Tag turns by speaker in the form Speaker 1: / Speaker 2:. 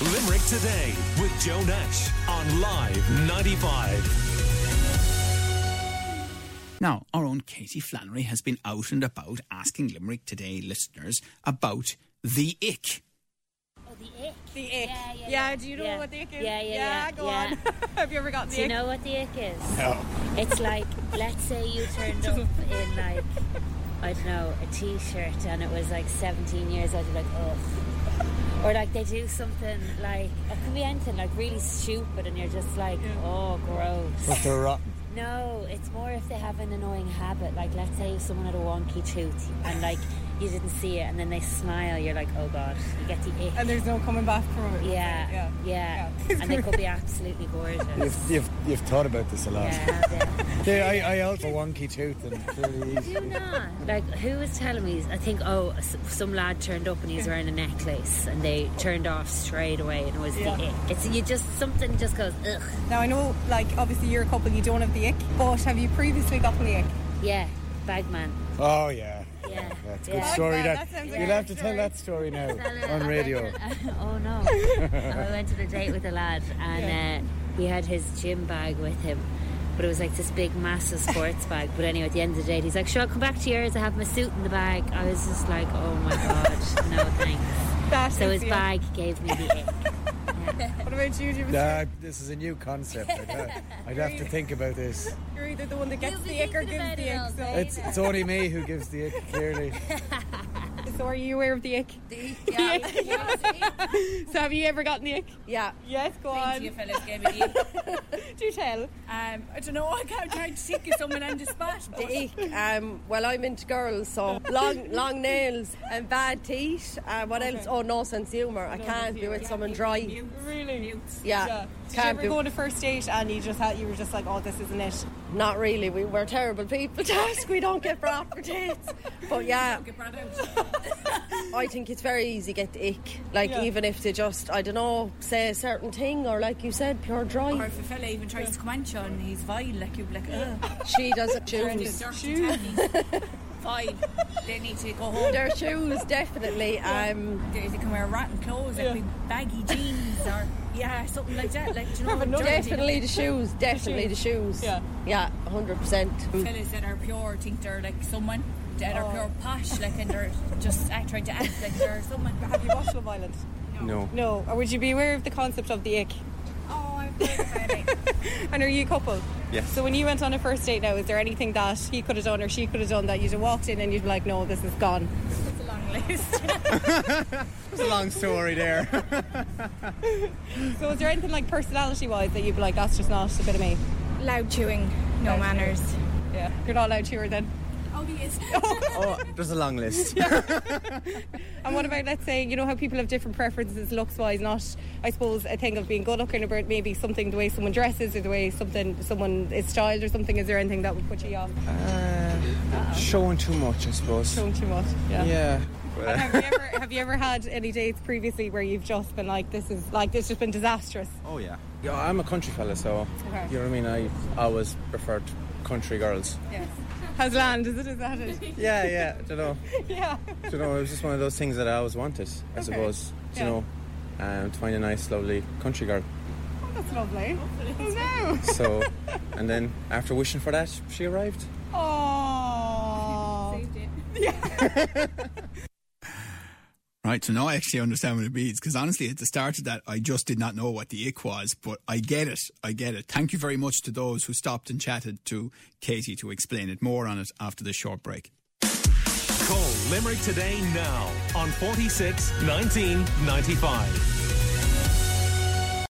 Speaker 1: Limerick Today with Joe Nash on Live 95.
Speaker 2: Now, our own Katie Flannery has been out and about asking Limerick Today listeners about the ick.
Speaker 3: Oh, the ick.
Speaker 4: The ick.
Speaker 3: Yeah, yeah,
Speaker 4: Yeah,
Speaker 3: yeah.
Speaker 4: do you know
Speaker 3: Yeah.
Speaker 4: what the ick is?
Speaker 3: Yeah, yeah, yeah,
Speaker 4: go
Speaker 3: yeah.
Speaker 4: on. Have you ever got the
Speaker 3: Do you
Speaker 4: ick?
Speaker 3: know what the ick is? No. It's like, let's say you turned up in like, I don't know, a t-shirt and it was like 17 years old, you're like, ugh. Or like they do something like, it could be anything, like really stupid and you're just like, oh, gross.
Speaker 5: They're rotten.
Speaker 3: No, it's more if they have an annoying habit. Like, let's say someone had a wonky tooth and like you didn't see it and then they smile, you're like, oh god, you get the ick.
Speaker 4: And there's no coming back from it.
Speaker 3: Yeah, yeah, and they could be absolutely gorgeous.
Speaker 5: You've, you've, you've thought about this a lot.
Speaker 3: yeah, yeah.
Speaker 5: Yeah, I, I also wonky tooth and clearly
Speaker 3: Do not like who was telling me? I think oh, s- some lad turned up and he was wearing a necklace, and they turned off straight away, and it was the
Speaker 4: Yeah.
Speaker 3: ick. It's you just something just goes ugh.
Speaker 4: Now I know, like obviously you're a couple, you don't have the ick, but have you previously gotten the ick?
Speaker 3: Yeah, bagman.
Speaker 5: Oh yeah.
Speaker 3: Yeah,
Speaker 5: That's a good
Speaker 3: yeah.
Speaker 5: story.
Speaker 4: Like that,
Speaker 5: That,
Speaker 4: that sounds like a
Speaker 5: you'll have to
Speaker 4: good
Speaker 5: tell that story now
Speaker 3: Well,
Speaker 5: on
Speaker 3: I
Speaker 5: radio.
Speaker 3: went on- oh no! I went on a date with a lad, and uh, he had his gym bag with him, but it was like this big, massive sports bag. But anyway, at the end of the date, he's like, "Sure, I'll come back to yours. I have my suit in the bag." I was just like, "Oh my god, no thanks."
Speaker 4: That
Speaker 3: So his
Speaker 4: is the ick.
Speaker 3: bag gave me the ick.
Speaker 4: What about you? Do you
Speaker 5: Nah, this is a new concept. I'd, ha- I'd have to think about this.
Speaker 4: you're either the one that gets
Speaker 3: You'll be
Speaker 4: the ick or
Speaker 3: thinking
Speaker 4: gives
Speaker 3: about
Speaker 4: the
Speaker 3: it all
Speaker 4: ick. So,
Speaker 3: day.
Speaker 5: It's, it's only me who gives the ick, clearly.
Speaker 4: so are you aware of the ick? So have you ever gotten the ick?
Speaker 6: Yeah.
Speaker 4: Yes, go
Speaker 6: Plenty
Speaker 4: on.
Speaker 6: of fellas gave me the ick.
Speaker 4: Do tell.
Speaker 6: Um, I don't know, I can't try to think of someone on the spot. The ick. Um, well, I'm into girls, so long long nails and bad teeth. Uh, what else? Oh, no sense of humour. I can't be with someone dry.
Speaker 4: Really?
Speaker 6: Yeah.
Speaker 4: Did you
Speaker 6: Can't
Speaker 4: ever
Speaker 6: be-
Speaker 4: go on a first date and you just had, you were just like, oh, this isn't it?
Speaker 6: Not really. We, we're terrible people to ask. We don't get brought for dates. But yeah, I think it's very easy to get the ick. Like,
Speaker 4: Yeah.
Speaker 6: even if they just, I don't know, say a certain thing or, like you said, pure dry.
Speaker 7: Or if a fella even tries to come on to you and he's vile, like you'd be like, ugh.
Speaker 6: She doesn't choose.
Speaker 7: Dirty, dirty tatties. Vile. They need to go home.
Speaker 6: Their shoes, definitely. Um,
Speaker 7: They they can wear rotten clothes, like big baggy jeans or, yeah, something like that. Like, do you know, dirty
Speaker 6: definitely the shoes. Definitely the shoes.
Speaker 4: Yeah.
Speaker 6: yeah, hundred percent.
Speaker 7: fellas that are pure think they're like someone that
Speaker 4: Oh.
Speaker 7: are pure posh, like, and they're just act, trying to act like they're someone.
Speaker 4: Have you watched Love Island?
Speaker 5: No.
Speaker 4: No. Or would you be aware of the concept of the ick?
Speaker 7: Oh, I've heard about it.
Speaker 4: And are you a couple?
Speaker 8: Yes.
Speaker 4: So when you went on a first date now, is there anything that he could have done or she could have done that you'd have walked in and you'd be like, no, this is gone?
Speaker 7: It's a long list.
Speaker 5: It's a long story there.
Speaker 4: So is there anything like personality wise that you'd be like, that's just not a bit of me?
Speaker 7: Loud chewing, no manners.
Speaker 4: Yeah. You're not allowed to her then.
Speaker 7: Oh, he is.
Speaker 5: Oh, there's a long list.
Speaker 4: And what about let's say, you know how people have different preferences looks wise, not I suppose a thing of being good looking about maybe something the way someone dresses or the way something someone is styled or something, is there anything that would put you off?
Speaker 5: Showing too much, I suppose.
Speaker 4: Don't you much?
Speaker 5: Yeah.
Speaker 4: have you ever have you ever had any dates previously where you've just been like this is like this has been disastrous?
Speaker 8: Oh yeah. Yeah, I'm a country fella, so
Speaker 4: Okay.
Speaker 8: you know what I mean. I always preferred country girls.
Speaker 4: Has land, is it is that it?
Speaker 8: Yeah, yeah. I don't know.
Speaker 4: yeah.
Speaker 8: don't know. It was just one of those things that I always wanted. I suppose. Do
Speaker 4: Yeah.
Speaker 8: You know, um, to find a nice, lovely country girl.
Speaker 4: That's lovely. Oh
Speaker 8: So, and then after wishing for that, she arrived.
Speaker 4: no. Aww.
Speaker 2: Right, so now I actually understand what it means because honestly, at the start of that, I just did not know what the ick was, but I get it. I get it. Thank you very much to those who stopped and chatted to Katie to explain it more on it after this short break.
Speaker 1: Call Limerick Today now on 46 19 95.